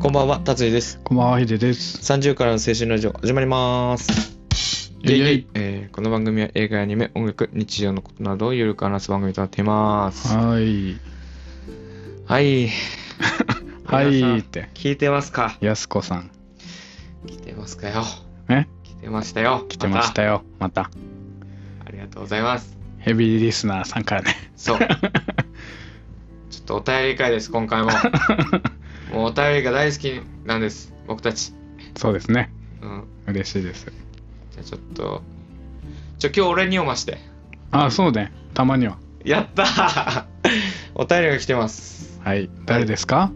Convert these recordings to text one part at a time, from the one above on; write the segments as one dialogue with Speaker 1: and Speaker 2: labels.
Speaker 1: こんばんは、達也です。
Speaker 2: こんばんは、ヒデです。
Speaker 1: 30からの青春ラジオ始まります。
Speaker 2: イェイ
Speaker 1: えーこの番組は映画やアニメ、音楽、日常のことなどをゆるく話す番組となっています。は
Speaker 2: はい。
Speaker 1: い。
Speaker 2: はいっ
Speaker 1: 皆さん
Speaker 2: て。
Speaker 1: 聞いてますか
Speaker 2: やすこさん。
Speaker 1: 聞いてますかよ。
Speaker 2: え
Speaker 1: 聞いてましたよ。
Speaker 2: 来てましたよ。また。
Speaker 1: またありがとうございます。
Speaker 2: ヘビーリスナーさんから ね。
Speaker 1: そう。ちょっとお便り会です、今回 も。もうお便りが大好きなんです、僕たち。
Speaker 2: そうですね。
Speaker 1: うん。
Speaker 2: 嬉しいです。
Speaker 1: じゃあちょっと、ちょ、今日俺に読まして。
Speaker 2: あ、そうね。たまには。
Speaker 1: やったー お便りが来てます。
Speaker 2: はい。誰ですか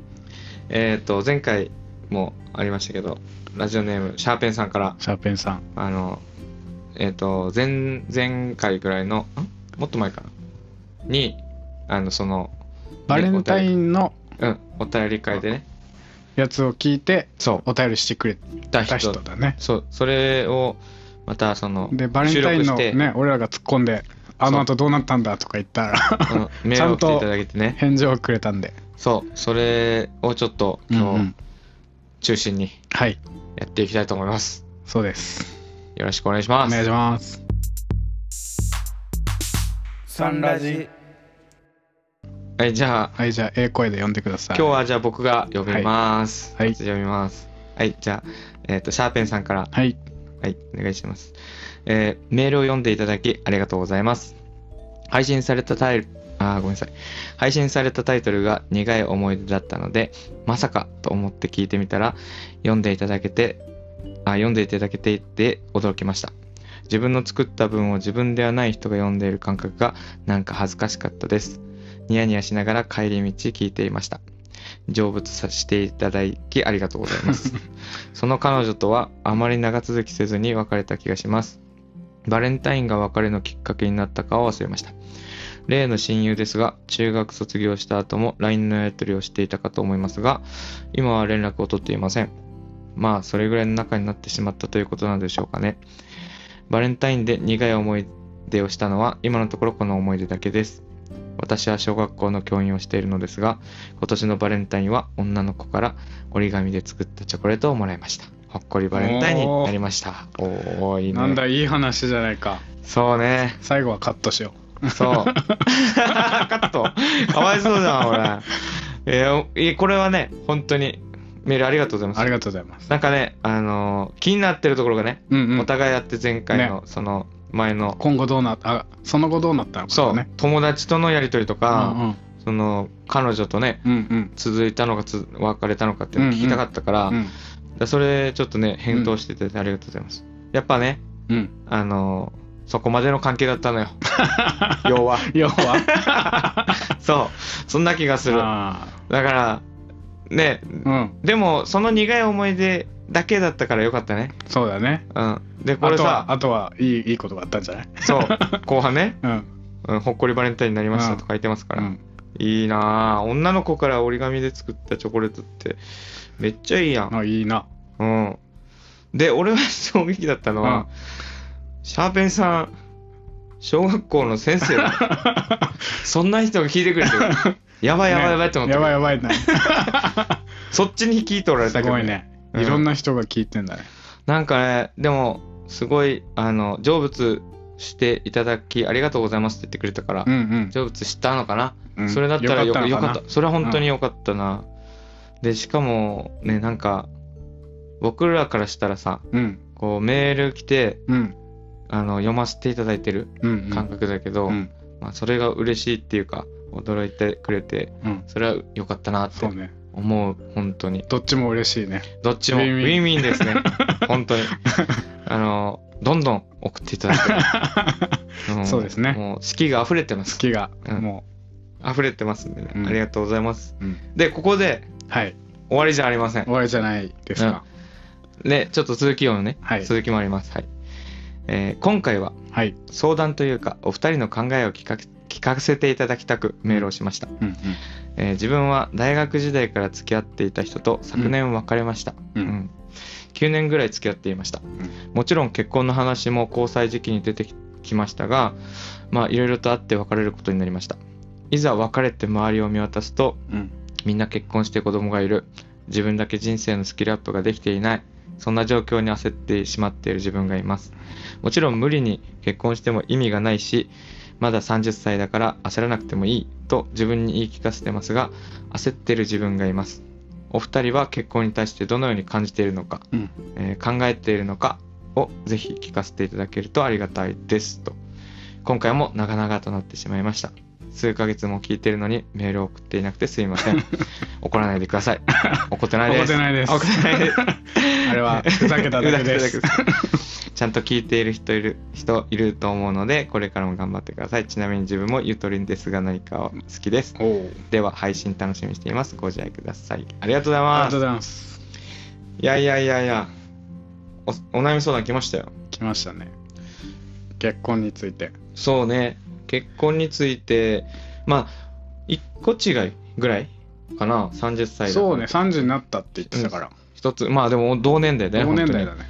Speaker 1: えっ、と、前回もありましたけど、ラジオネーム、シャーペンさんから、
Speaker 2: シャーペンさん。
Speaker 1: あの、えっ、と、前、前回ぐらいの、んもっと前かなに、あの、その、
Speaker 2: バレンタインの
Speaker 1: うん、お便り会でね、
Speaker 2: やつを聞いて、
Speaker 1: そ
Speaker 2: お便りしてくれ
Speaker 1: う、出
Speaker 2: た人だね。
Speaker 1: そう、それを、また、その、
Speaker 2: で、バレンタインの
Speaker 1: 収録して
Speaker 2: ね、俺らが突っ込んで、あの後どうなったんだとか言ったら、
Speaker 1: うん、 メールを送っていただけてね、
Speaker 2: 返事をくれたんで。
Speaker 1: そう、それをちょっと、
Speaker 2: う
Speaker 1: 今
Speaker 2: んう
Speaker 1: 日
Speaker 2: ん、
Speaker 1: 中心に
Speaker 2: はい。
Speaker 1: やっていきたいと思います。
Speaker 2: そうです。
Speaker 1: よろしくお願いし
Speaker 2: お
Speaker 1: ます。
Speaker 2: 願いします。
Speaker 1: サンラジ。はい、じゃあ、
Speaker 2: はい、じゃあ、ええ声で呼んでください。
Speaker 1: 今日はじゃあ僕が読みます。
Speaker 2: はいはい
Speaker 1: 読みます。はい、じゃあ、えっ、と、シャーペンさんから、
Speaker 2: はい。
Speaker 1: はい、お願いします。えーメールを読んでいただきありがとうございます。配信されたタイル、あー、ごめんなさい。配信されたタイトルが苦い思い出だったので、まさかと思って聞いてみたら、読んでいただけて、あ、読んでいただけていて驚きました。自分の作った文を自分ではない人が読んでいる感覚がなんか恥ずかしかったです。ニヤニヤしながら帰り道聞いていました。成仏させていただきありがとうございます。その彼女とはあまり長続きせずに別れた気がします。バレンタインが別れのきっかけになったかは忘れました。例の親友ですが、中学卒業した後も LINE のやり取りをしていたかと思いますが、今は連絡を取っていません。まあ、それぐらいの仲になってしまったということなのでしょうかね。バレンタインで苦い思い出をしたのは、今のところこの思い出だけです。私は小学校の教員をしているのですが、今年のバレンタインは女の子から折り紙で作ったチョコレートをもらいました。ほっこりバレンタインになりました。おーおーいいね。
Speaker 2: なんだ、いい話じゃないか。
Speaker 1: そうね。
Speaker 2: 最後はカットしよ。
Speaker 1: そう。カット。かわいそうじゃん、俺。えーおいこれはね、本当にメールありがとうございうます。
Speaker 2: ありがとうございます。
Speaker 1: なんかね、あのー気になってるところがね、
Speaker 2: うんう
Speaker 1: お
Speaker 2: ん。
Speaker 1: 互いやって前回の、その前の、
Speaker 2: 今後どうなった、あ、その後どうなったのか
Speaker 1: そう、
Speaker 2: ね。
Speaker 1: 友達とのやりとりとか、
Speaker 2: あ、
Speaker 1: その彼女とね、
Speaker 2: うんうん。
Speaker 1: 続いたのかつ別れたのかっていうのを聞きたかったから、
Speaker 2: う
Speaker 1: だ
Speaker 2: ん
Speaker 1: からそれちょっとね、返答しててありがとうございます。やっぱね、
Speaker 2: うん。
Speaker 1: あのーそこまでの関係だっ たのよ。要は。
Speaker 2: 要は、
Speaker 1: そう。そんな気がする。だか
Speaker 2: あ
Speaker 1: ら、ね、
Speaker 2: ーうん。
Speaker 1: でも、その苦い思い出だけだったからよかったね。
Speaker 2: そうだね。
Speaker 1: うん。で、こ
Speaker 2: あ
Speaker 1: れ
Speaker 2: と
Speaker 1: さ
Speaker 2: は、、あとは、いい、いいことがあったんじゃない
Speaker 1: そう、後半ね、
Speaker 2: うん。
Speaker 1: うん、ほっこりバレンタインになりましたと
Speaker 2: う
Speaker 1: 書いてますから。
Speaker 2: うん
Speaker 1: いいなあ女の子から折り紙で作ったチョコレートって、めっちゃいいやん。
Speaker 2: あ、いいな。
Speaker 1: うん。で、俺は衝撃だったのは、シャーペンさん、小学校の先生だ。 そんな人が聞いてくれてる。やばいやばいやばいと思って、
Speaker 2: やばいや ばいな。
Speaker 1: そっちに聞いておられた
Speaker 2: す
Speaker 1: けど、
Speaker 2: ごいね。
Speaker 1: うん
Speaker 2: いろんな人が聞いてんだね。
Speaker 1: なんかね、でも、すごい、あの、成仏していただき、ありがとうございますって言ってくれたから、
Speaker 2: うん
Speaker 1: 成仏したのかな、
Speaker 2: うん。
Speaker 1: それだったらよかよ
Speaker 2: の
Speaker 1: か
Speaker 2: な
Speaker 1: った。それは本当によかったな。で、しかも、ね、なんか、僕らからしたらさ、
Speaker 2: うん。
Speaker 1: こう、メール来て、
Speaker 2: うん。
Speaker 1: あの、読ませていただいてる
Speaker 2: うん。
Speaker 1: 感覚だけど、
Speaker 2: うん。
Speaker 1: まあ、それが嬉しいっていうか、驚いてくれて、
Speaker 2: うん。
Speaker 1: それはよかったなって
Speaker 2: そうね。
Speaker 1: 思う、本当に。
Speaker 2: どっちも嬉しい ね。
Speaker 1: どっちもウ
Speaker 2: ウ
Speaker 1: ィ
Speaker 2: ィ
Speaker 1: ン
Speaker 2: ン
Speaker 1: ウ
Speaker 2: ウィン
Speaker 1: ィン ですね。本当に。あの、どんどん送っていただいて。も
Speaker 2: そうですね
Speaker 1: もう、四季が溢れてま
Speaker 2: 好
Speaker 1: す。
Speaker 2: きが、
Speaker 1: うん
Speaker 2: も
Speaker 1: 溢れてますんでね。
Speaker 2: うん
Speaker 1: ありがとうございます。
Speaker 2: う、うん。
Speaker 1: で、ここで
Speaker 2: はい。
Speaker 1: 終わりじゃありません
Speaker 2: 終。わりじゃないですか。
Speaker 1: ね、ちょっと続きをね、
Speaker 2: はい
Speaker 1: 続きもあります。はい。えー今回は
Speaker 2: はい。
Speaker 1: 相談というか、お二人の考えを聞か聞かせていただきたくメールをしました。
Speaker 2: うんうん。
Speaker 1: えー自分は大学時代から付き合っていた人と昨年別れました、
Speaker 2: うん
Speaker 1: 9年ぐらい付き合っていました、
Speaker 2: ん
Speaker 1: もちろん結婚の話も交際時期に出てきましたがまあいろいろとあって別れることになりましたいざ別れて周りを見渡すと
Speaker 2: うん。
Speaker 1: みんな結婚して子供がいる自分だけ人生のスキルアップができていないそんな状況に焦ってしまっている自分がいますもちろん無理に結婚しても意味がないしまだ30歳だから焦らなくてもいいと自分に言い聞かせてますが焦ってる自分がいますお二人は結婚に対してどのように感じているのか、
Speaker 2: うん
Speaker 1: えー考えているのかをぜひ聞かせていただけるとありがたいですと今回も長々となってしまいました数ヶ月も聞いてるのにメールを送っていなくてすいませ ん怒らないでください怒ってないです
Speaker 2: 怒ってないです
Speaker 1: 怒ってないです
Speaker 2: あれはふざけただけです
Speaker 1: ふざけただけですちゃんと聞いている人いる人いると思うのでこれからも頑張ってくださいちなみに自分もゆとりんですが何かは好きです
Speaker 2: おお
Speaker 1: では配信楽しみにしていますご自愛くださいありがとうござい
Speaker 2: あり
Speaker 1: ます
Speaker 2: がとうございます
Speaker 1: いやいやいやいやおお悩み相談来ましたよ
Speaker 2: 来ましたね結婚について
Speaker 1: そうね結婚についてまあ一個違いぐらいかな30歳だから
Speaker 2: そうね30になったって言ってたから、
Speaker 1: 一つまあでも同年代だよ
Speaker 2: 同
Speaker 1: 本
Speaker 2: 年
Speaker 1: 当
Speaker 2: 代
Speaker 1: に
Speaker 2: だね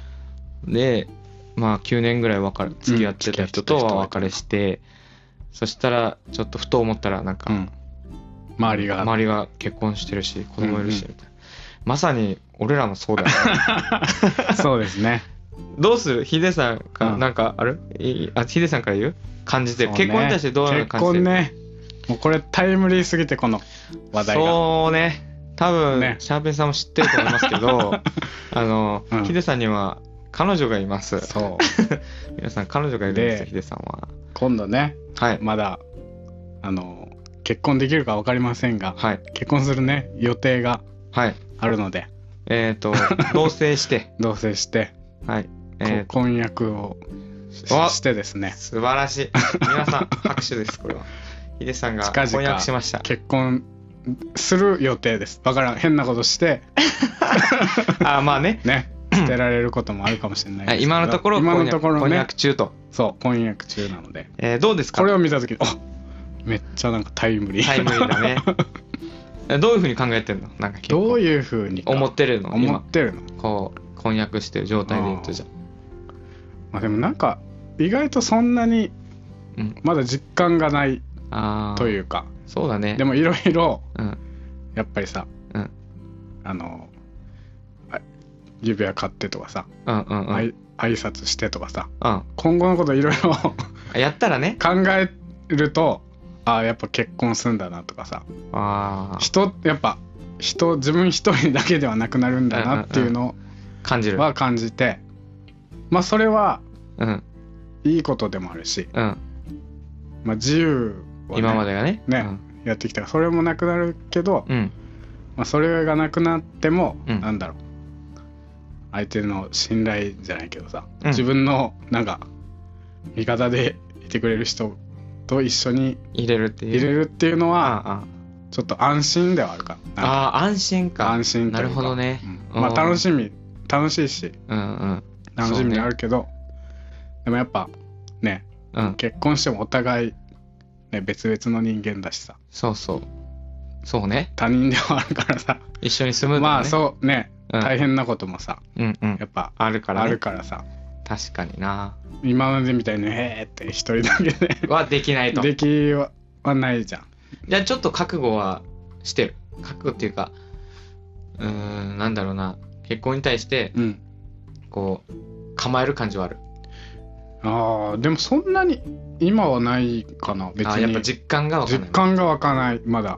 Speaker 1: で、まあ、9年ぐらい別れ付き合ってた人とは別れして、そしたらちょっとふと思ったらなん
Speaker 2: う
Speaker 1: か
Speaker 2: ん周りが
Speaker 1: 周りが結婚してるし子供いるし
Speaker 2: うん
Speaker 1: みたいな、まさに俺らもそうだよ、ね、
Speaker 2: そうですね
Speaker 1: どうするヒデさんか、
Speaker 2: うん
Speaker 1: なんかあるいあヒデさんから言う感じてる、
Speaker 2: そうね
Speaker 1: 結婚に対してどういうの
Speaker 2: 結
Speaker 1: 感じてる
Speaker 2: 婚ねもうこれタイムリーすぎてこの話題が
Speaker 1: そうね多分、
Speaker 2: ね
Speaker 1: シャーペンさんも知ってると思いますけど あの、
Speaker 2: うん
Speaker 1: ヒデさんには彼女がいます
Speaker 2: そう
Speaker 1: 皆さん彼女がいるんですよ
Speaker 2: で
Speaker 1: ヒデさんは
Speaker 2: 今度ね
Speaker 1: はい
Speaker 2: まだあの結婚できるか分かりませんが
Speaker 1: はい
Speaker 2: 結婚するね予定が
Speaker 1: はい
Speaker 2: あるので
Speaker 1: えっ、 と同棲して
Speaker 2: 同棲して、
Speaker 1: はい。えー
Speaker 2: こ婚約をし
Speaker 1: わ
Speaker 2: してですね
Speaker 1: 素晴らしい。皆さん、拍手です、これは。ヒデさんが
Speaker 2: 近々
Speaker 1: 婚約しました。
Speaker 2: 結婚する予定ですだからん変なことして
Speaker 1: あー、まあね。
Speaker 2: ね捨てられることもあるかもしれないです
Speaker 1: はい
Speaker 2: けど
Speaker 1: 今のところ、
Speaker 2: 今のところ
Speaker 1: 婚約婚
Speaker 2: ね
Speaker 1: 約中と。
Speaker 2: そう婚約中なので
Speaker 1: えーどうですか
Speaker 2: これを見た時おめっちゃなんかタイムリー
Speaker 1: タイムリーだね。えーどういうふうに考えてるのなんか結構
Speaker 2: どういうふうにか
Speaker 1: 思ってるの
Speaker 2: 思
Speaker 1: 今
Speaker 2: っ、てるの、
Speaker 1: こう、婚約してる状態で言うとじゃ
Speaker 2: まあ、でもなんか意外とそんなに
Speaker 1: うん
Speaker 2: まだ実感がない
Speaker 1: あ。あー
Speaker 2: というか、
Speaker 1: そうだね。
Speaker 2: でもいろいろ
Speaker 1: うん。
Speaker 2: やっぱりさ、
Speaker 1: うん
Speaker 2: あのあ指輪買ってとかさ、
Speaker 1: うんうんう
Speaker 2: あ
Speaker 1: ん。
Speaker 2: い挨拶してとかさ
Speaker 1: うん
Speaker 2: 今後のこといろいろ 考
Speaker 1: やったらね。
Speaker 2: えるとああやっぱ結婚するんだなとかさ
Speaker 1: ああ。
Speaker 2: 人やっぱ人自分一人だけではなくなるんだなっていうの
Speaker 1: 感じる。
Speaker 2: は感じてまあそれは
Speaker 1: うん。
Speaker 2: いいことでもあるし、
Speaker 1: うん。
Speaker 2: まあ、自由は、ね、
Speaker 1: 今までがね。
Speaker 2: ねやってきたからそれもなくなるけど、
Speaker 1: うん。うん。
Speaker 2: まあ、それがなくなっても、
Speaker 1: うん
Speaker 2: なんだろう相手の信頼じゃないけどさ、
Speaker 1: うん
Speaker 2: 自分のなんか味方でいてくれる人と一緒に
Speaker 1: 入れるっていう。
Speaker 2: いれるっていうのは
Speaker 1: あ
Speaker 2: ちょっと安心ではあるか
Speaker 1: あ。
Speaker 2: なんか
Speaker 1: ああ、安心か。
Speaker 2: 安心と
Speaker 1: な
Speaker 2: いうか
Speaker 1: るほどね。
Speaker 2: うんまあ、
Speaker 1: うん
Speaker 2: 楽しみ楽しいし
Speaker 1: うんうん。
Speaker 2: 楽しみであるけど、でもやっぱね
Speaker 1: うん、
Speaker 2: 結婚してもお互い、ね、別々の人間だしさ
Speaker 1: そうそう。そうね。
Speaker 2: 他人ではあるからさ、
Speaker 1: 一緒に住むの
Speaker 2: ま
Speaker 1: は
Speaker 2: あ
Speaker 1: ね。
Speaker 2: そうね
Speaker 1: うん
Speaker 2: 大変なこともさ、
Speaker 1: うんうん
Speaker 2: や。っぱ
Speaker 1: あるから
Speaker 2: あ
Speaker 1: ね
Speaker 2: る。からさ
Speaker 1: 確かにな。
Speaker 2: 今までみたいに「へーって一人だけで
Speaker 1: はできないと。
Speaker 2: できはないじゃん
Speaker 1: じゃあちょっと覚悟はしてる。覚悟っていうか、うーん、なんだろうな。結婚に対して、
Speaker 2: うん
Speaker 1: こう、構える感じはある。
Speaker 2: あーでもそんなに今はないかな別
Speaker 1: あやっ
Speaker 2: に
Speaker 1: ぱ実感がわかんな
Speaker 2: 実
Speaker 1: い。
Speaker 2: 感が湧かないまだ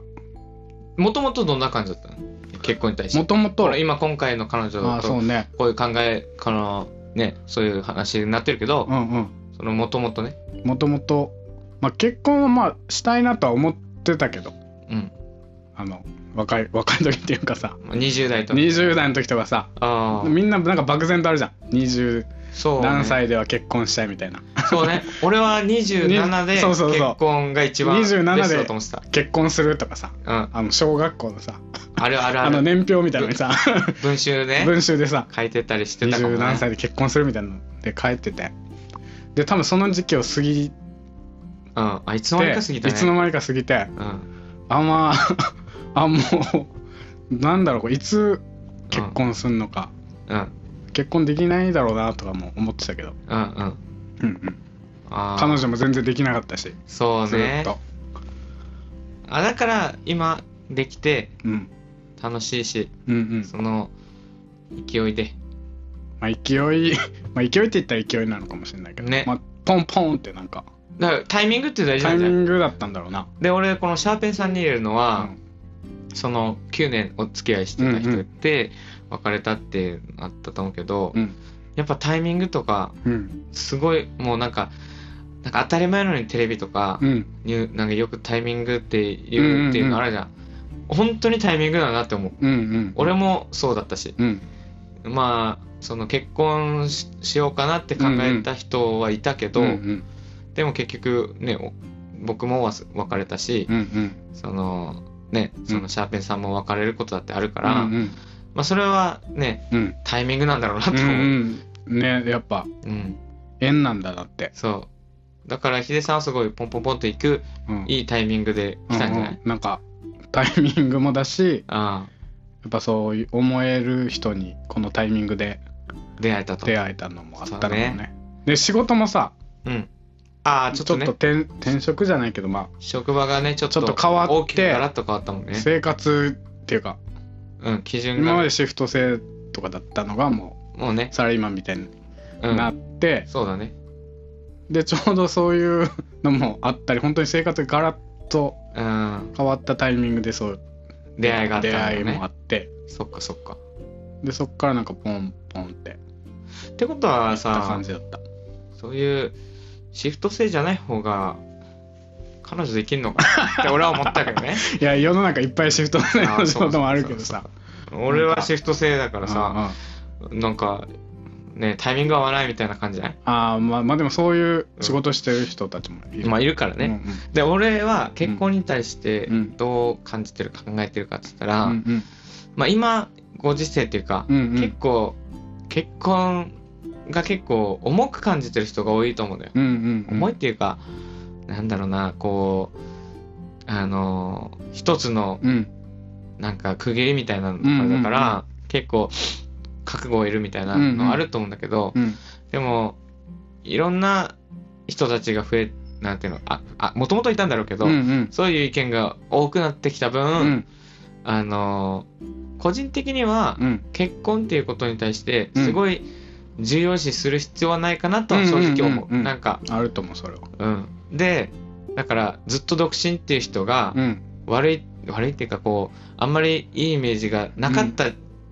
Speaker 1: もともとどんな感じだったの結婚に対して。
Speaker 2: もとも
Speaker 1: ほ
Speaker 2: と
Speaker 1: ら今今回の彼
Speaker 2: あ
Speaker 1: 女
Speaker 2: ーそ
Speaker 1: と
Speaker 2: うね
Speaker 1: こういう考え、この、ね、そういう話になってるけど
Speaker 2: う、んうん
Speaker 1: そのもともとね。
Speaker 2: もともとまあ結婚はまあしたいなとは思ってたけど
Speaker 1: うん。
Speaker 2: あの若い若い時っていう かさ
Speaker 1: 20代とか。
Speaker 2: 20代の時とかさ
Speaker 1: ああ。
Speaker 2: みんななんか漠然とあるじゃん20
Speaker 1: そう、ね。
Speaker 2: 何歳では結婚したいみたいな
Speaker 1: そうね。俺は27で
Speaker 2: にそうそうそう
Speaker 1: 結婚が一番ベスト
Speaker 2: 27で
Speaker 1: だと思ってた。
Speaker 2: 結婚するとかさ
Speaker 1: うん。
Speaker 2: あの小学校のさ
Speaker 1: あるある
Speaker 2: あ
Speaker 1: あ
Speaker 2: の
Speaker 1: る。
Speaker 2: 年表みたいなのにさ
Speaker 1: 文集ね。
Speaker 2: 文集でさ
Speaker 1: 書いてたりしてたかも、ね。
Speaker 2: 20何歳で結婚するみたいなので帰っててで多分その時期を過ぎて
Speaker 1: うん。あ、いつの間にか過ぎたね。
Speaker 2: いつの間にか過ぎて
Speaker 1: うん。
Speaker 2: あま ああもうなんだろうこれいつ結婚するのか、
Speaker 1: うん。
Speaker 2: 結婚できないだろうなとかも思ってたけど、
Speaker 1: うんうん。
Speaker 2: うんうん、
Speaker 1: あー
Speaker 2: 彼女も全然できなかったし
Speaker 1: そう
Speaker 2: ずっ
Speaker 1: ね。
Speaker 2: と、
Speaker 1: あ、だから今できて、
Speaker 2: うん、
Speaker 1: 楽しいし、
Speaker 2: うんうん
Speaker 1: その勢いで、
Speaker 2: まあ勢い まあ勢いって言ったら勢いなのかもしれないけど
Speaker 1: ね
Speaker 2: まあポンポンってなんか
Speaker 1: だからタイミングって大事な
Speaker 2: タイ
Speaker 1: ん
Speaker 2: ミ
Speaker 1: だよ。
Speaker 2: ングだったんだろうな
Speaker 1: で、俺、このシャーペンさんに入れるのは、
Speaker 2: う
Speaker 1: その9年お付き合いしてた人って、別れたってあったと思うけど、
Speaker 2: うん
Speaker 1: やっぱタイミングとか、
Speaker 2: んうん
Speaker 1: すごい、もうなんか、なんか当たり前なのにテレビとか、
Speaker 2: うん
Speaker 1: ニューなんかよくタイミングって言うっていうのあるじゃん。本当にタイミングだなって思う。
Speaker 2: うんうん
Speaker 1: 俺もそうだったし。
Speaker 2: うん
Speaker 1: まあその結婚ししようかなって考えた人はいたけど、
Speaker 2: うんうん
Speaker 1: でも結局ねお僕もわす別れたし、
Speaker 2: うんうん
Speaker 1: そのねそうの
Speaker 2: ん
Speaker 1: シャーペンさんも別れることだってあるか
Speaker 2: う
Speaker 1: ら、
Speaker 2: んうん
Speaker 1: まあそれはね
Speaker 2: うん
Speaker 1: タイミングなんだろうなと
Speaker 2: う
Speaker 1: 思う、うん
Speaker 2: んうんねやっぱ縁なんだなって
Speaker 1: そうだからヒデさんはすごいポンポンポンと行く
Speaker 2: うん
Speaker 1: いいタイミングで来たんじゃない、
Speaker 2: うんうんなんかタイミングもだし
Speaker 1: あ
Speaker 2: やっぱそういう思える人にこのタイミングで
Speaker 1: あ出会えたと
Speaker 2: 出会えたのもあったのもね
Speaker 1: そう
Speaker 2: で仕事もさ
Speaker 1: うんああ
Speaker 2: ち
Speaker 1: ち
Speaker 2: ょ
Speaker 1: ょ
Speaker 2: っ
Speaker 1: っ
Speaker 2: と,、
Speaker 1: とね
Speaker 2: 転転職じゃないけどま
Speaker 1: 職場がねちょっと
Speaker 2: ちょっと変わって
Speaker 1: 大きくガラッと変わったもん
Speaker 2: あ、
Speaker 1: ね
Speaker 2: 生活っていうか
Speaker 1: うん基準
Speaker 2: 今ま
Speaker 1: が
Speaker 2: でシフト制とかだったのがも
Speaker 1: もうね
Speaker 2: うサラリーマンみたいに
Speaker 1: うん
Speaker 2: なって、
Speaker 1: そうだね
Speaker 2: でちょうどそういうのもあったり本当に生活がガラッと
Speaker 1: うん、
Speaker 2: 変わったタイミングでそう
Speaker 1: 出会いがあったんだ
Speaker 2: 出会
Speaker 1: よ
Speaker 2: いもあ
Speaker 1: ね。
Speaker 2: って
Speaker 1: そっかそっか。
Speaker 2: でそっからなんかポンポンっていっ
Speaker 1: ってことは
Speaker 2: た
Speaker 1: さ
Speaker 2: 感、じだった
Speaker 1: そういうシフト制じゃない方が彼女できんのかなって俺は思ったけど ね。
Speaker 2: いや世の中いっぱいシフト制
Speaker 1: あ
Speaker 2: の
Speaker 1: ー
Speaker 2: 仕事もあるけどさ
Speaker 1: 俺はシフト制だから
Speaker 2: うん
Speaker 1: さ、
Speaker 2: うん
Speaker 1: なんかね、タイミング合わないみたいな感じじゃない
Speaker 2: ああまあまあでもそういう仕事してる人たちもいる、
Speaker 1: まあいるから
Speaker 2: うん
Speaker 1: ね。で、俺は結婚に対して
Speaker 2: うん
Speaker 1: どう感じてる、考えてるかって言った
Speaker 2: う
Speaker 1: ら、
Speaker 2: んうん
Speaker 1: まあ今、ご時世っていうか
Speaker 2: う、んうん
Speaker 1: 結構、結婚が結構重く感じてる人が多いと思うんだよ。
Speaker 2: うんうんうん
Speaker 1: 重いっていうか、なんだろうなこうあのー一つの
Speaker 2: うん
Speaker 1: なんか区切りみたいなの
Speaker 2: うんうんうん
Speaker 1: だから、結構覚悟を得るみたいな
Speaker 2: うんうん
Speaker 1: のあると思うんだけど、
Speaker 2: うん
Speaker 1: でもいろんな人たちが増えなんていうのああもともといたんだろうけど、
Speaker 2: うんうん
Speaker 1: そういう意見が多くなってきた分、
Speaker 2: うん
Speaker 1: あのー個人的には
Speaker 2: うん
Speaker 1: 結婚っていうことに対して
Speaker 2: うん
Speaker 1: すごい重要視する必要はないかなとは正直思う,、
Speaker 2: うんうんうんうん
Speaker 1: なんか
Speaker 2: あると思うそれは
Speaker 1: うん、でだからずっと独身っていう人が
Speaker 2: うん
Speaker 1: 悪い、悪いっていうかこうあんまりいいイメージがなかった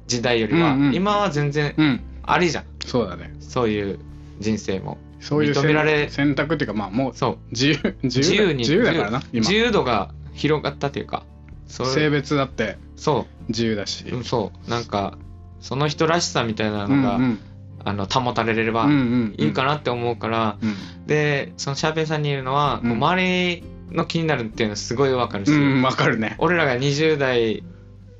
Speaker 1: 時代よりは、
Speaker 2: うんうん
Speaker 1: 今は全然
Speaker 2: うん
Speaker 1: ありじゃん
Speaker 2: そうだね
Speaker 1: そういう人生も
Speaker 2: そういう
Speaker 1: 認められ
Speaker 2: 選選択っていうかまあもう
Speaker 1: そう
Speaker 2: 自由自由
Speaker 1: 自由に
Speaker 2: 自由だからな今
Speaker 1: 自由度が広がったというかそう
Speaker 2: 性別だって
Speaker 1: そ
Speaker 2: 自由だし、
Speaker 1: ううんそうなんかその人らしさみたいなのが、
Speaker 2: うんうん
Speaker 1: あの保たれれば
Speaker 2: うんうん
Speaker 1: いいかなって思うから、
Speaker 2: うん
Speaker 1: でそのシャーペンさんに言うのは、
Speaker 2: うん
Speaker 1: こう周りの気になるっていうのはすごいわかるし、
Speaker 2: うんわかるね
Speaker 1: 俺らが20代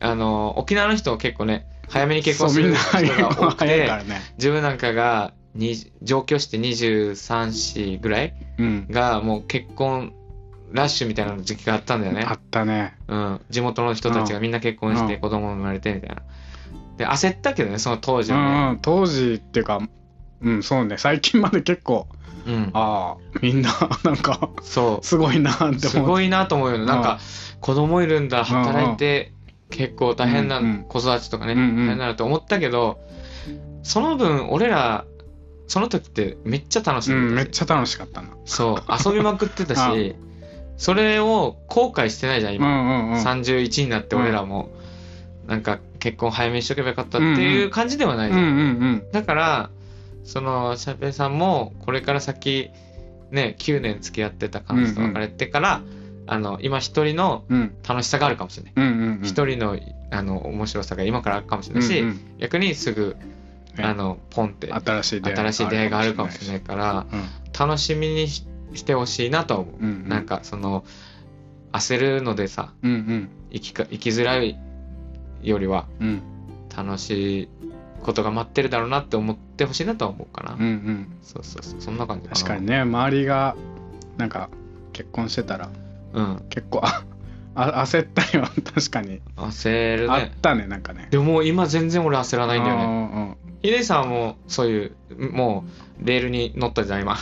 Speaker 1: あの沖縄の人は結構ね早めに結婚す
Speaker 2: そうみん
Speaker 1: る
Speaker 2: な
Speaker 1: 人が多く
Speaker 2: 早い
Speaker 1: て
Speaker 2: からね
Speaker 1: 自分なんかがに上京して234ぐらい
Speaker 2: うん
Speaker 1: がもう結婚ラッシュみたいな時期があったんだよね
Speaker 2: あ、ったね
Speaker 1: うん、地元の人たちがみんな結婚し
Speaker 2: う
Speaker 1: て
Speaker 2: ん
Speaker 1: 子供も生まれてみたいなで焦ったけどねその当時
Speaker 2: う
Speaker 1: はね
Speaker 2: んうん当時っていうかうんそうね最近まで結構
Speaker 1: うん
Speaker 2: ああみんな なんか
Speaker 1: そ
Speaker 2: すごいなって思
Speaker 1: う
Speaker 2: う
Speaker 1: すごいなと思うよねなん
Speaker 2: うん
Speaker 1: か子供いるんだ働いて結構大変な
Speaker 2: うんうん
Speaker 1: 子育ちとかね
Speaker 2: うんうん
Speaker 1: 大変だなと思ったけどその分俺らその時ってめっちゃ楽し
Speaker 2: うん
Speaker 1: でた
Speaker 2: んめ
Speaker 1: し
Speaker 2: っちゃ楽しかったな
Speaker 1: そう遊びまくってたしそれを後悔してないじゃん
Speaker 2: う
Speaker 1: 今
Speaker 2: んうんうん
Speaker 1: 31になって俺らもなんか結婚早めにしとけばよかったっていう感じではな
Speaker 2: う
Speaker 1: い
Speaker 2: ん
Speaker 1: じゃん
Speaker 2: うん
Speaker 1: だからそのシャーペンさんもこれから先ね9年付き合ってた彼女と別れてから、あの今一人の
Speaker 2: うんうん
Speaker 1: 楽しさがあるかもしれない
Speaker 2: うんうんうん
Speaker 1: 一、人のあの面白さが今からあるかもしれないし、
Speaker 2: うんうん
Speaker 1: 逆にすぐ、
Speaker 2: ね
Speaker 1: あのポンって
Speaker 2: 新しい出会い
Speaker 1: 新しい出会いがあるかもしれないから
Speaker 2: うん
Speaker 1: 楽しみにししてほしいなとは思う、
Speaker 2: うんうん
Speaker 1: なんかその焦るのでさ
Speaker 2: うんうん
Speaker 1: 生きか生きづらいよりは
Speaker 2: うん
Speaker 1: 楽しいことが待ってるだろうなって思ってほしいなとは思うかな、
Speaker 2: うんうん
Speaker 1: そうそうそうそんな感じかな
Speaker 2: 確かにね周りがなんか結婚してたら
Speaker 1: うん
Speaker 2: 結構ああ焦ったりは 確かに
Speaker 1: 焦る
Speaker 2: あ
Speaker 1: ね
Speaker 2: ったねなんかね
Speaker 1: でももう今全然俺焦らないんだよね
Speaker 2: ね
Speaker 1: ヒデさんはもうそういうもうレールに乗ったじゃん 今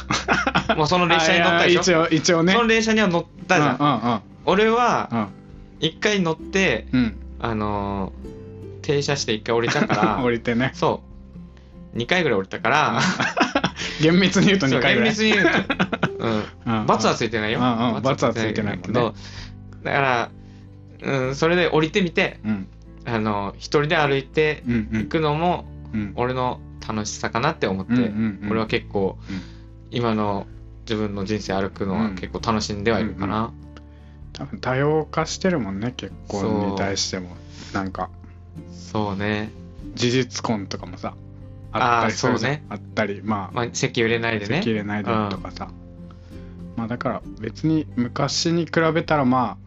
Speaker 1: もうその列車に乗ったでしょ
Speaker 2: 一応一応ね
Speaker 1: その列車には乗ったじゃん、
Speaker 2: うんうんうん
Speaker 1: 俺は
Speaker 2: うん
Speaker 1: 一回乗って
Speaker 2: うん
Speaker 1: あのー停車して1回降りたか
Speaker 2: 降
Speaker 1: ら
Speaker 2: りてね
Speaker 1: そう2回ぐらい降りたから
Speaker 2: 厳密に言うと2回ぐらい
Speaker 1: そう厳密に言うと、うん、
Speaker 2: うん
Speaker 1: 罰はついてないよ、
Speaker 2: うんうん罰は
Speaker 1: だから、うん、それで降りてみて
Speaker 2: うん
Speaker 1: あの一人で歩いて
Speaker 2: うんう
Speaker 1: 行
Speaker 2: ん
Speaker 1: くのも
Speaker 2: うん
Speaker 1: 俺の楽しさかなって思って、
Speaker 2: うんうんうん
Speaker 1: 俺は結構、
Speaker 2: うん
Speaker 1: 今の自分の人生歩くのは結構楽しんではいるかな、
Speaker 2: 多分多様化してるもんね結婚に対してもなんか
Speaker 1: そうね
Speaker 2: 事実婚とかもさあったりするじゃん
Speaker 1: あーそうね
Speaker 2: あったりまあ
Speaker 1: まあ席売れないでね
Speaker 2: 切れないでとかさまあだから別に昔に比べたらま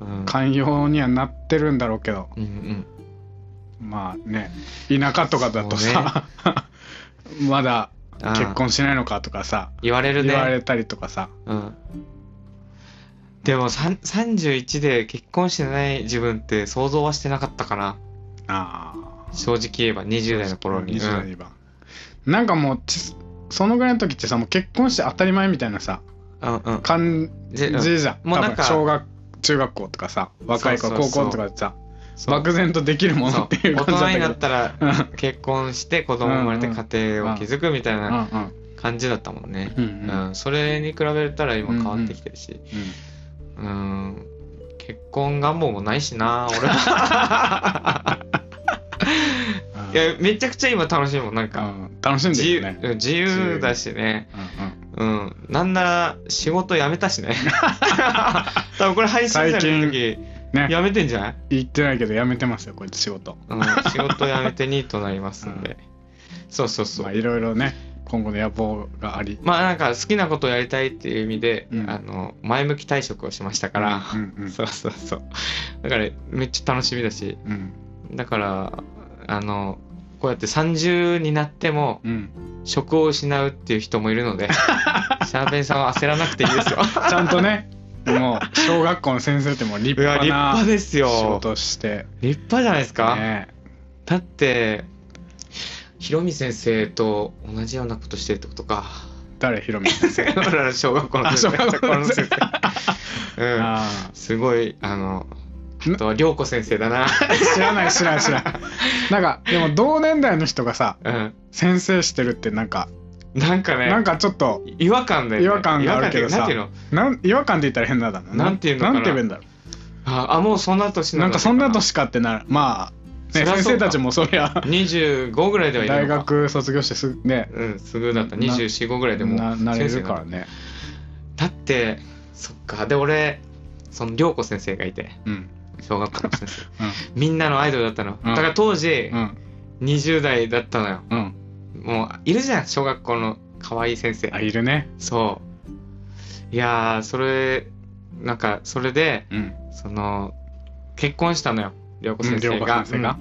Speaker 1: うん
Speaker 2: あ寛容にはなってるんだろうけど
Speaker 1: うんうん
Speaker 2: まあね田舎とかだとさ まだ
Speaker 1: あー
Speaker 2: 結婚しないのかとかさ
Speaker 1: 言われるね
Speaker 2: 言われたりとかさ
Speaker 1: うん、でもさん31で結婚してない自分って想像はしてなかったかな
Speaker 2: ああ
Speaker 1: 正直言えば20代の頃に、
Speaker 2: 20
Speaker 1: う
Speaker 2: 代
Speaker 1: ん
Speaker 2: にはなんかもうちそのぐらいの時ってさもう結婚して当たり前みたいなさ
Speaker 1: うんうん
Speaker 2: 感
Speaker 1: でうん
Speaker 2: じじゃん、
Speaker 1: もう
Speaker 2: 多
Speaker 1: なん
Speaker 2: 分
Speaker 1: か
Speaker 2: 小学中学校とかさ若い
Speaker 1: そ
Speaker 2: 子
Speaker 1: うそう
Speaker 2: 高
Speaker 1: そう
Speaker 2: 校とかでさ
Speaker 1: そう
Speaker 2: 漠然とできるもの
Speaker 1: そ
Speaker 2: っていう
Speaker 1: 大
Speaker 2: 感じだ
Speaker 1: 人
Speaker 2: っ
Speaker 1: にな
Speaker 2: た
Speaker 1: っ
Speaker 2: け
Speaker 1: たら
Speaker 2: ど
Speaker 1: 結婚して子供生まれて家庭を築くみたい
Speaker 2: うん
Speaker 1: な感じだったもんね、
Speaker 2: うんうん
Speaker 1: う
Speaker 2: うんうん
Speaker 1: ん、それに比べたら今変わってきてるし、うん結婚願望もないしな 俺は
Speaker 2: うん
Speaker 1: いやめちゃくちゃ今楽しいもんなん
Speaker 2: う
Speaker 1: か、
Speaker 2: ん楽しん
Speaker 1: 自
Speaker 2: で
Speaker 1: 由
Speaker 2: るね
Speaker 1: 自由だしね
Speaker 2: うんうん
Speaker 1: うん、なんなら仕事辞めた しね多分これ配信される時辞
Speaker 2: ね
Speaker 1: めてんじゃない、
Speaker 2: 言ってないけどやめてますよこいつ仕事
Speaker 1: うん、仕事辞めてニートになりますんで、そうそうそう
Speaker 2: まあいろいろね今後の野望があり
Speaker 1: まあなんか好きなことをやりたいっていう意味で、
Speaker 2: うん
Speaker 1: あの前向き退職をしましたから、
Speaker 2: うんうん
Speaker 1: そうそうそうだからめっちゃ楽しみだし
Speaker 2: うん
Speaker 1: だからあのこうやって30になっても
Speaker 2: うん
Speaker 1: 職を失うっていう人もいるの でシャーペンさんは焦らなくていいですよ
Speaker 2: ちゃんとねもう小学校の先生ってもう立
Speaker 1: いや
Speaker 2: 派
Speaker 1: 立
Speaker 2: な
Speaker 1: 派ですよ
Speaker 2: 仕事をして、
Speaker 1: 立派じゃないですか、
Speaker 2: ね、
Speaker 1: だってひろみ先生と同じようなことしてるってことか
Speaker 2: 誰ひろみ先生
Speaker 1: 俺らの小学校の先生
Speaker 2: あ小学校の先生
Speaker 1: 小学校の先生うん
Speaker 2: あ
Speaker 1: すごい、あの、
Speaker 2: ん
Speaker 1: あとは、涼子先生だな。
Speaker 2: ー知らない知らない知らないなんかでも同年代の人がさ
Speaker 1: うん。
Speaker 2: 先生してるってなんか、
Speaker 1: なんかね、
Speaker 2: なんかちょっと
Speaker 1: 違和感だよね。
Speaker 2: 違和感があるけどさ
Speaker 1: 違和感っていうかなんていうの
Speaker 2: なん違和感って言ったら変なんだな
Speaker 1: なんて言うのかな
Speaker 2: なんて言うんだろ
Speaker 1: あ、あもうそんな
Speaker 2: う
Speaker 1: 年
Speaker 2: なんかそんな
Speaker 1: 年。
Speaker 2: 年かってなるまあ、
Speaker 1: そ
Speaker 2: ね、
Speaker 1: りゃそう
Speaker 2: 先
Speaker 1: か
Speaker 2: 生たちもそりゃ
Speaker 1: 25ぐらいではいる
Speaker 2: 大
Speaker 1: のか。。
Speaker 2: 学卒業してすぐね
Speaker 1: うん、すぐだった。24、5ぐらいでもう
Speaker 2: ななれるから
Speaker 1: 先
Speaker 2: ね
Speaker 1: 生だって、そっか。で、俺、その涼子先生がいて、
Speaker 2: うん
Speaker 1: 小学校の先 生。みんなのアイドルだったの。
Speaker 2: うん
Speaker 1: だから当時
Speaker 2: う、ん
Speaker 1: 20代だったのよ。
Speaker 2: うんうん
Speaker 1: もう、いるじゃん、小学校の可愛い先生。
Speaker 2: あいるね
Speaker 1: そう。いやー、それ、なんか、それで、
Speaker 2: うん
Speaker 1: その結婚したのよ涼子先生
Speaker 2: うん涼
Speaker 1: が,うん、
Speaker 2: 子先生が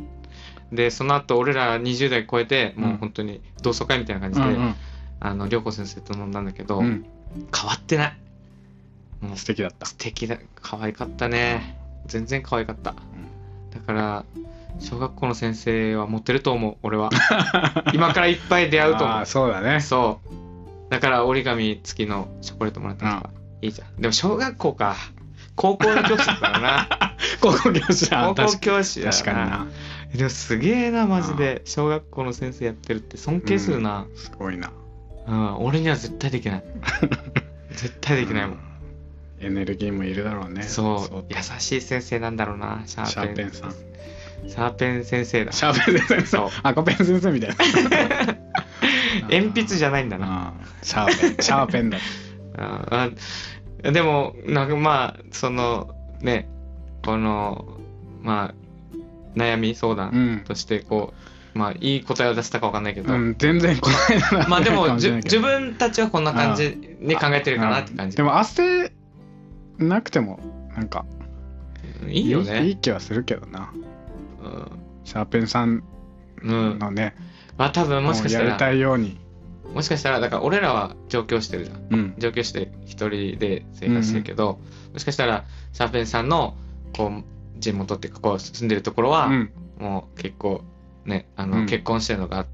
Speaker 1: でその後俺ら20代超えて、もううん本当に同窓会みたいな感
Speaker 2: う
Speaker 1: じで、
Speaker 2: んうん
Speaker 1: あの涼子先生と飲んだんだけど、
Speaker 2: うん
Speaker 1: 変わってないもう
Speaker 2: 素
Speaker 1: 素
Speaker 2: 敵だった
Speaker 1: 敵だ可愛かったね全然可愛かった、だから小学校の先生はモテると思う俺 は今からいっぱい出会うと思
Speaker 2: あ
Speaker 1: う
Speaker 2: あそうだね
Speaker 1: そうだから折り紙付きのチョコレートもらったから、いいじゃんでも小学校か高校の教師だからな
Speaker 2: 高校教師だ
Speaker 1: 高
Speaker 2: 確
Speaker 1: 校教師だ
Speaker 2: 確かにな
Speaker 1: でもすげえなマジで小学校の先生やってるって尊敬するな、
Speaker 2: すごいな
Speaker 1: うん俺には絶対で きない絶対できないもん、
Speaker 2: うんエネルギーもいるだろうね
Speaker 1: そう
Speaker 2: う
Speaker 1: 優しい先生なんだろうなシャ
Speaker 2: シャ
Speaker 1: ー
Speaker 2: ーペ
Speaker 1: ペン
Speaker 2: ンさん
Speaker 1: シャーペン先生だ
Speaker 2: シャーペン先
Speaker 1: そ
Speaker 2: 生
Speaker 1: う
Speaker 2: あコペン先生みたいな
Speaker 1: 鉛筆じゃないんだな
Speaker 2: あーシャーペンシャーペンだ
Speaker 1: ああでもなんかまあそのねこのまあ悩み相
Speaker 2: う
Speaker 1: 談
Speaker 2: ん、
Speaker 1: としてこう、まあいい答えを出したかわかんないけど、
Speaker 2: うん、全然こないだな
Speaker 1: まあで も
Speaker 2: 感じ
Speaker 1: じゅ
Speaker 2: ないけど
Speaker 1: 自分たちはこんな感じに考えてるかなって感じ
Speaker 2: でも汗なくてもなんか
Speaker 1: いいよね
Speaker 2: いい気はするけどな
Speaker 1: う
Speaker 2: シャーペンさん
Speaker 1: ん、
Speaker 2: のね、
Speaker 1: まあ多分もし
Speaker 2: も
Speaker 1: か
Speaker 2: う
Speaker 1: し
Speaker 2: や
Speaker 1: た
Speaker 2: りた
Speaker 1: ら
Speaker 2: いように
Speaker 1: もしかしたらだから俺らは上京してるじゃん
Speaker 2: うん
Speaker 1: 上京して一人で生活してるけど、もしかしたらシャーペンさんのこう地元っていうかこう住んでるところは、
Speaker 2: うん
Speaker 1: もう結構ねあの、
Speaker 2: うん
Speaker 1: 結婚してるのが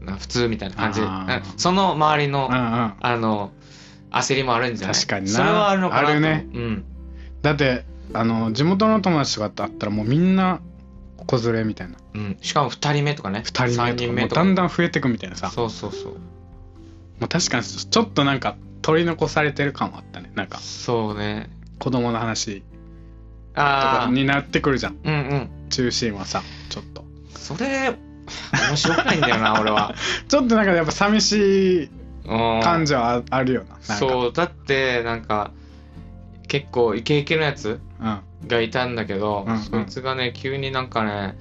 Speaker 1: な普通みたいな感じ
Speaker 2: あー
Speaker 1: うんその周りの、
Speaker 2: うんうん
Speaker 1: あの焦りもあるんじゃない
Speaker 2: 確かにな
Speaker 1: それはあるのかなと
Speaker 2: あるね
Speaker 1: うん
Speaker 2: だってあの地元の友達とかと会ったらもうみんな子連れみたいな
Speaker 1: うん、しかも2人目とかね
Speaker 2: 2人目
Speaker 1: 3
Speaker 2: とか
Speaker 1: 人
Speaker 2: も
Speaker 1: 目
Speaker 2: う
Speaker 1: と
Speaker 2: だ
Speaker 1: か
Speaker 2: んだん増えてくみたいなさ
Speaker 1: そうそうそう
Speaker 2: まあ、確かにちょっとなんか取り残されてる感はあったねなんか
Speaker 1: そうね
Speaker 2: 子供の話と
Speaker 1: あ
Speaker 2: かになってくるじゃん
Speaker 1: あうんうん
Speaker 2: 中心はさちょっと
Speaker 1: それ面白くないんだよな俺 は
Speaker 2: ちょっとなんかやっぱ寂しい
Speaker 1: うん
Speaker 2: 感じはああるよななんか
Speaker 1: そうだってなんか結構イケイケのやつ
Speaker 2: うん
Speaker 1: がいたんだけど、
Speaker 2: うんうん
Speaker 1: そいつがね急になんかね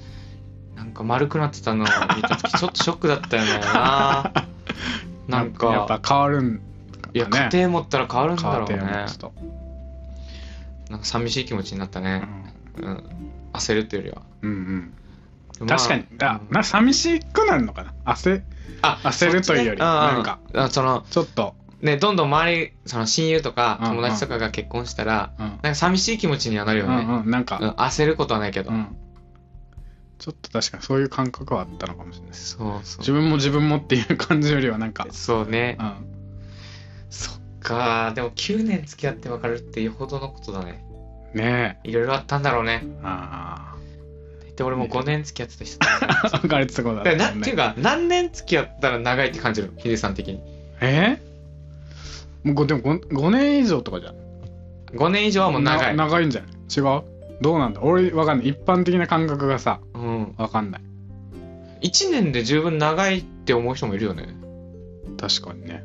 Speaker 1: なんか丸くなってたのを見た時ちょっとショックだったよ ねななんか
Speaker 2: やっぱ変わるんかね
Speaker 1: いや家庭持ったら変わるん
Speaker 2: 変
Speaker 1: だ
Speaker 2: わ
Speaker 1: ろ
Speaker 2: っ
Speaker 1: う
Speaker 2: て
Speaker 1: ね
Speaker 2: るよねちょっと、
Speaker 1: なんか寂しい気持ちになった
Speaker 2: う
Speaker 1: ね、
Speaker 2: ん、
Speaker 1: うん、焦るっていうよりは
Speaker 2: うん
Speaker 1: で
Speaker 2: う
Speaker 1: も
Speaker 2: ん
Speaker 1: まあ
Speaker 2: 確かに、あ
Speaker 1: うん
Speaker 2: な寂しくなるのかな焦
Speaker 1: あ
Speaker 2: 焦るというよ
Speaker 1: そっ
Speaker 2: り
Speaker 1: ちねうんうん
Speaker 2: なんか
Speaker 1: あその
Speaker 2: ちょっと、
Speaker 1: ねどんどん周りその親友とか
Speaker 2: うんうん
Speaker 1: 友達とかが結婚したら、
Speaker 2: うん
Speaker 1: なんか寂しい気持ちにはなるよね、
Speaker 2: うんうん、なん
Speaker 1: うん
Speaker 2: か、
Speaker 1: 焦ることはないけど、
Speaker 2: うん、ちょっと確かにそういう感覚はあったのかもしれないです
Speaker 1: そうそう
Speaker 2: 自分も自分もっていう感じよりはなんか、
Speaker 1: そうね
Speaker 2: うん、
Speaker 1: そっかでも9年付き合って別れるってよほどのことだね
Speaker 2: ね
Speaker 1: いろいろあったんだろうね
Speaker 2: えあ
Speaker 1: で俺も5年付き合ってた人だか
Speaker 2: あ分かれてたことだ
Speaker 1: ら
Speaker 2: ね
Speaker 1: なっていうか何年付き合ったら長いって感じるヒデさん的に
Speaker 2: えもうごでも 5, 年以上とかじゃん
Speaker 1: 5年以上はもう長い
Speaker 2: な長いんじゃない違うどうなんだ俺わかんない一般的な感覚がさ
Speaker 1: うん、
Speaker 2: わかんない
Speaker 1: 1年で十分長いって思う人もいるよね
Speaker 2: 確かにね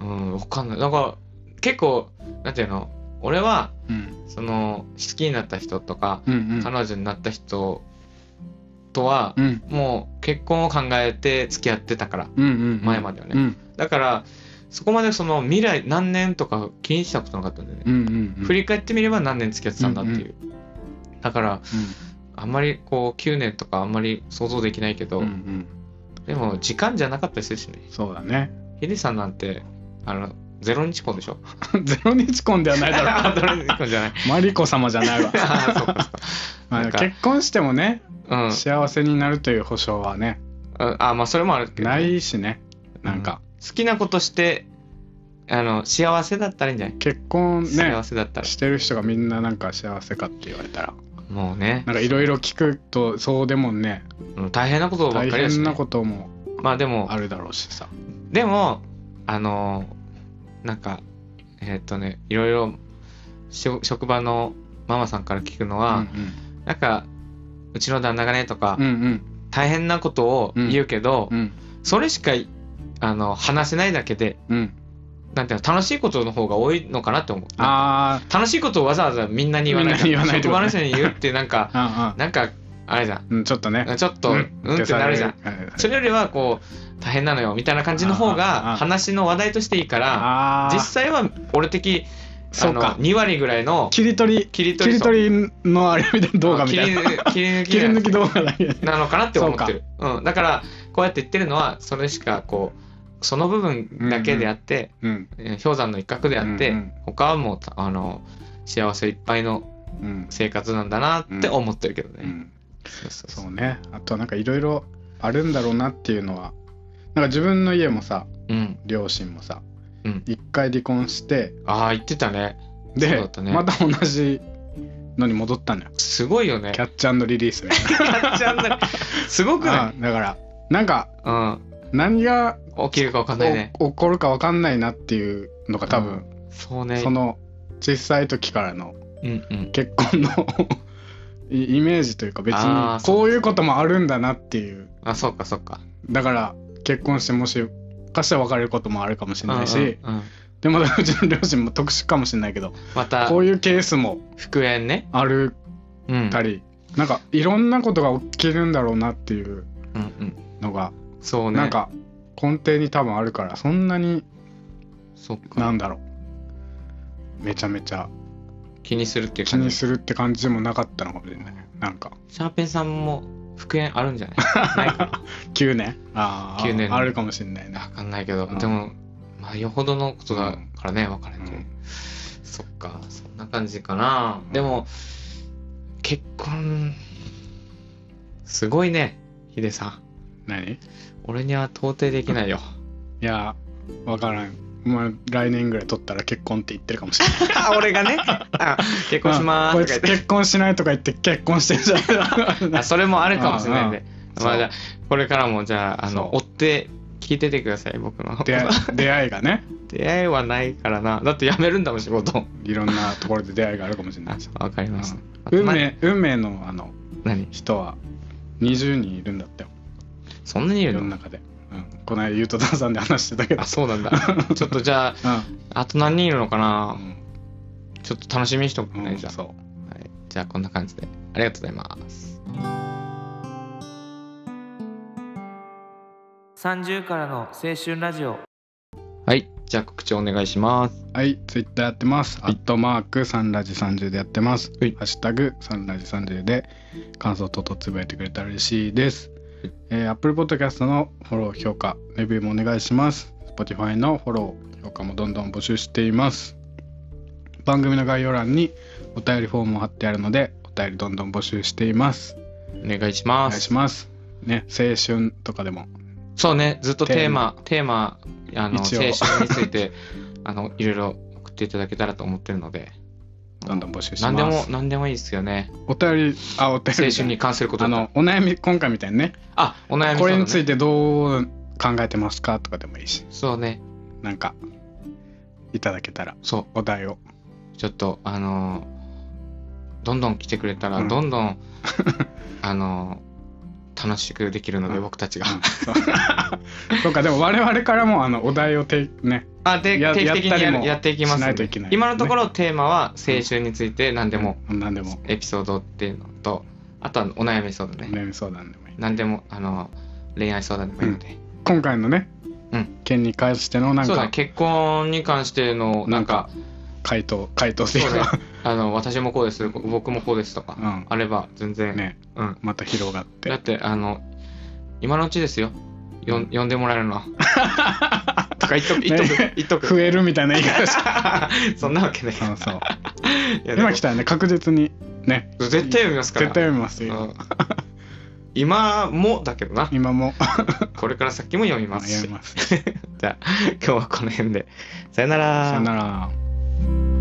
Speaker 1: うんわかんないだから結構なんていうの俺は
Speaker 2: うん
Speaker 1: その好きになった人とか、
Speaker 2: うんうん
Speaker 1: 彼女になった人とは、
Speaker 2: うん
Speaker 1: もう結婚を考えて付き合ってたから
Speaker 2: うんうん
Speaker 1: 前まではね
Speaker 2: うん
Speaker 1: だからそこまでその未来何年とか気にしたことなかったんだよね、
Speaker 2: うんうんうん
Speaker 1: 振り返ってみれば何年付き合ってたんだっていう、だからあんまりこう9年とかあんまり想像できないけ
Speaker 2: う
Speaker 1: ど、
Speaker 2: んうんうん
Speaker 1: でも時間じゃなかったりするしね
Speaker 2: そうだね
Speaker 1: ヒデさんなんてあのゼロ日婚でしょ
Speaker 2: ゼロ日婚ではないだろ
Speaker 1: あゼロ日婚じゃない
Speaker 2: うマリコ様じゃないわ
Speaker 1: ああそうかそうか
Speaker 2: まあ
Speaker 1: なんか
Speaker 2: 結婚してもね
Speaker 1: うん
Speaker 2: 幸せになるという保証はね
Speaker 1: ああまあそれもあるけど、
Speaker 2: ないしねなんか
Speaker 1: 好きなことしてあの幸せだったらいいんじゃない、
Speaker 2: 結婚ね
Speaker 1: 幸せだったら
Speaker 2: してる人がみんななんか幸せかって言われたら
Speaker 1: もうね
Speaker 2: なんかいろいろ聞くとそうでもね
Speaker 1: うん大変なことばっ
Speaker 2: 大
Speaker 1: かりだし、
Speaker 2: 変な
Speaker 1: ね、
Speaker 2: ことも
Speaker 1: まあでも
Speaker 2: あるだろうしさ
Speaker 1: でもあのーなんかえーっとねいろいろしょ職場のママさんから聞くのは、
Speaker 2: うん
Speaker 1: なんかうちの旦那がねとか、
Speaker 2: うんうん
Speaker 1: 大変なことを言うけど、
Speaker 2: うん
Speaker 1: それしかいあの話せないだけで
Speaker 2: うん
Speaker 1: なんていうの楽しいことの方が多いのかなって思う
Speaker 2: あー
Speaker 1: 楽しいことをわざわざみんなに言わないから
Speaker 2: みんなに言わないって
Speaker 1: 職場
Speaker 2: ことね
Speaker 1: の人に言うってなん か
Speaker 2: あ
Speaker 1: なんかあれじゃん
Speaker 2: うんうんちょっとね
Speaker 1: ちょっとうんってなるじゃん
Speaker 2: ん
Speaker 1: それよりはこう大変なのよみたいな感じの方
Speaker 2: あー
Speaker 1: が
Speaker 2: あー
Speaker 1: 話の話題としていいから
Speaker 2: ああ
Speaker 1: 実際は俺的あ
Speaker 2: そう
Speaker 1: の
Speaker 2: か
Speaker 1: 2割ぐらいの
Speaker 2: 切り取り
Speaker 1: 切り
Speaker 2: 切
Speaker 1: 取り
Speaker 2: り取りのあれみたいな動画みたいな
Speaker 1: 切り抜き
Speaker 2: 切り抜き動画だけ
Speaker 1: なのかなって思ってるう、ん、だからこうやって言ってるのはそれしかこうその部分だけであって、
Speaker 2: うん
Speaker 1: えー氷山の一角であって、
Speaker 2: うんうん
Speaker 1: 他はもうたあの幸せいっぱいの
Speaker 2: うん
Speaker 1: 生活なんだなって思ってるけどね、
Speaker 2: うん
Speaker 1: そうそうそう
Speaker 2: そうねあとはなんかいろいろあるんだろうなっていうのはなんか自分の家もさ
Speaker 1: うん
Speaker 2: 両親もさ
Speaker 1: うん
Speaker 2: 一回離婚して
Speaker 1: ああ言ってたねそうだ
Speaker 2: で
Speaker 1: ったね
Speaker 2: また同じのに戻ったのよ
Speaker 1: すごいよね
Speaker 2: キャッチリリースみたいな
Speaker 1: ちゃんだ すごく
Speaker 2: あ
Speaker 1: な
Speaker 2: だからなんか
Speaker 1: い、うん、
Speaker 2: 何が
Speaker 1: 起きるかわかんないね
Speaker 2: お起こるか分かんないなっていうのが多
Speaker 1: う
Speaker 2: 分、
Speaker 1: そうね
Speaker 2: その小さい時からの
Speaker 1: うんうん
Speaker 2: 結婚の イイメージというか別
Speaker 1: あー
Speaker 2: に
Speaker 1: そう
Speaker 2: こういうこともあるんだなっていう
Speaker 1: あそうかそうか
Speaker 2: だから結婚してもしかしたら別れることもあるかもしれないし、
Speaker 1: うんうんうん
Speaker 2: でもうちの両親も特殊かもしれないけど
Speaker 1: また
Speaker 2: こういうケースも
Speaker 1: 復縁ね、
Speaker 2: ある
Speaker 1: うん、うん
Speaker 2: たり、なんかいろんなことが起きるんだろうなっていう
Speaker 1: うん
Speaker 2: のが、
Speaker 1: そうね
Speaker 2: なんか根底に多分あるからそんなに
Speaker 1: そっか
Speaker 2: なんだろうめちゃめちゃ
Speaker 1: 気にするっていう
Speaker 2: 気
Speaker 1: 感
Speaker 2: に
Speaker 1: じ
Speaker 2: するって感じでもなかったのかもしれないなんか
Speaker 1: シャーペンさんも復縁あるんじゃないな いか
Speaker 2: 9年ああ
Speaker 1: 9年
Speaker 2: あるかもしれないな
Speaker 1: わかんないけど、
Speaker 2: うん
Speaker 1: でもまあよほどのことだからね別れて、
Speaker 2: うん
Speaker 1: そっかそんな感じかな、でも結婚すごいねヒデさん
Speaker 2: 何い
Speaker 1: 俺には到底できないよ
Speaker 2: やわからんまあ、来年ぐらい取ったら結婚って言ってるかもしれない。
Speaker 1: あ俺がねあ 結婚しまー
Speaker 2: こ
Speaker 1: すとか言っ
Speaker 2: いつ
Speaker 1: て
Speaker 2: 結婚しないとか言って結婚してん じゃ ん。
Speaker 1: あそれもあるかもしれないんで、
Speaker 2: うん
Speaker 1: まあ、
Speaker 2: そう
Speaker 1: じゃあこれからもじゃああの追
Speaker 2: そ
Speaker 1: って聞いててください僕の
Speaker 2: 出会い出会いがね、
Speaker 1: 出会いはないからなだって辞めるんだもん仕事
Speaker 2: いろんなところで出会いがあるかもしれないですよ。
Speaker 1: あわかりました
Speaker 2: うん
Speaker 1: あと
Speaker 2: 運
Speaker 1: ま
Speaker 2: 命運命のあの
Speaker 1: 何
Speaker 2: 人は20人いるんだってよ、
Speaker 1: そんなにい
Speaker 2: 世
Speaker 1: る
Speaker 2: の
Speaker 1: の
Speaker 2: 中で。うん、この間、ゆうとたさんで話してたけど
Speaker 1: あ。そう なんだちょっとじゃあ
Speaker 2: う
Speaker 1: あと何人いるのかなんちょっと楽しみにしとく
Speaker 2: うん
Speaker 1: ね、じゃあ
Speaker 2: そう
Speaker 1: はい、じゃあこんな感じでありがとうございます
Speaker 3: 30からの青春ラジオ
Speaker 1: はいじゃあ告知お願いします
Speaker 2: はい、ツイッターやってます。アットマークサンラジ30でやってます。
Speaker 1: は
Speaker 2: ハ
Speaker 1: い
Speaker 2: ッシュタグサンラジ30で感想等々つぶやいてくれたら嬉しいです。えー、Apple Podcast のフォロー、評価、レビューもお願いします。Spotify のフォロー、評価もどんどん募集しています。番組の概要欄にお便りフォームを貼ってあるので、お便りどんどん募集しています。
Speaker 1: お願いし
Speaker 2: お
Speaker 1: ま
Speaker 2: 願い
Speaker 1: す
Speaker 2: します。ね、青春とかでも。
Speaker 1: そうねずっとテーマテーマあの青
Speaker 2: 一応
Speaker 1: 春について あのいろいろ送っていただけたらと思ってるので
Speaker 2: どんどん募集して
Speaker 1: 何
Speaker 2: ます。
Speaker 1: でも何でもいいですよね
Speaker 2: お便り、あ、お便り。
Speaker 1: 青春に。関すること
Speaker 2: あ
Speaker 1: だったら
Speaker 2: の、お悩み、今回みたいにね、
Speaker 1: あお悩み
Speaker 2: これにつ
Speaker 1: そうだね
Speaker 2: いてどう考えてますかとかでもいいし
Speaker 1: そうね
Speaker 2: なんかいただけたら
Speaker 1: そ
Speaker 2: お題を
Speaker 1: うちょっとあのーどんどん来てくれたら、
Speaker 2: うん
Speaker 1: どんど んあのー楽しくできるので、
Speaker 2: うん
Speaker 1: 僕たちが、
Speaker 2: とかでも我々からもあのお題をてね
Speaker 1: あで
Speaker 2: や
Speaker 1: 定期的にや
Speaker 2: やったり
Speaker 1: る
Speaker 2: も
Speaker 1: やっていきますんで
Speaker 2: しないといけない
Speaker 1: 今のところテーマは青春について何でも、
Speaker 2: うん何でも
Speaker 1: エピソードっていうのとあとはお悩み相談ね、
Speaker 2: 悩み相談でもいい
Speaker 1: 何でもあの恋愛相談でもいいので、
Speaker 2: 今回のね、
Speaker 1: うん
Speaker 2: 件に関してのなん
Speaker 1: そうだね
Speaker 2: か
Speaker 1: 結婚に関してのなんか
Speaker 2: 回答回答っていうか
Speaker 1: あの私もこうです僕もこうですとか、
Speaker 2: うん
Speaker 1: あれば全然、
Speaker 2: ね
Speaker 1: うん、
Speaker 2: また広がっ
Speaker 1: だっててあの今のうちですよよん呼んでもらえるのは とか言っとく言っとく、
Speaker 2: ね
Speaker 1: 言っと
Speaker 2: 増
Speaker 1: く
Speaker 2: えるみたいな言い 方して
Speaker 1: そんなわけない
Speaker 2: そうそう
Speaker 1: いやでも
Speaker 2: 今来たらね確実にね
Speaker 1: 絶対読みますから
Speaker 2: 絶対読みますよ
Speaker 1: うん今もだけどな
Speaker 2: 今も
Speaker 1: これから先も読みます
Speaker 2: 読
Speaker 1: し
Speaker 2: みます
Speaker 1: じゃあ今日はこの辺でさよなら
Speaker 2: さよなら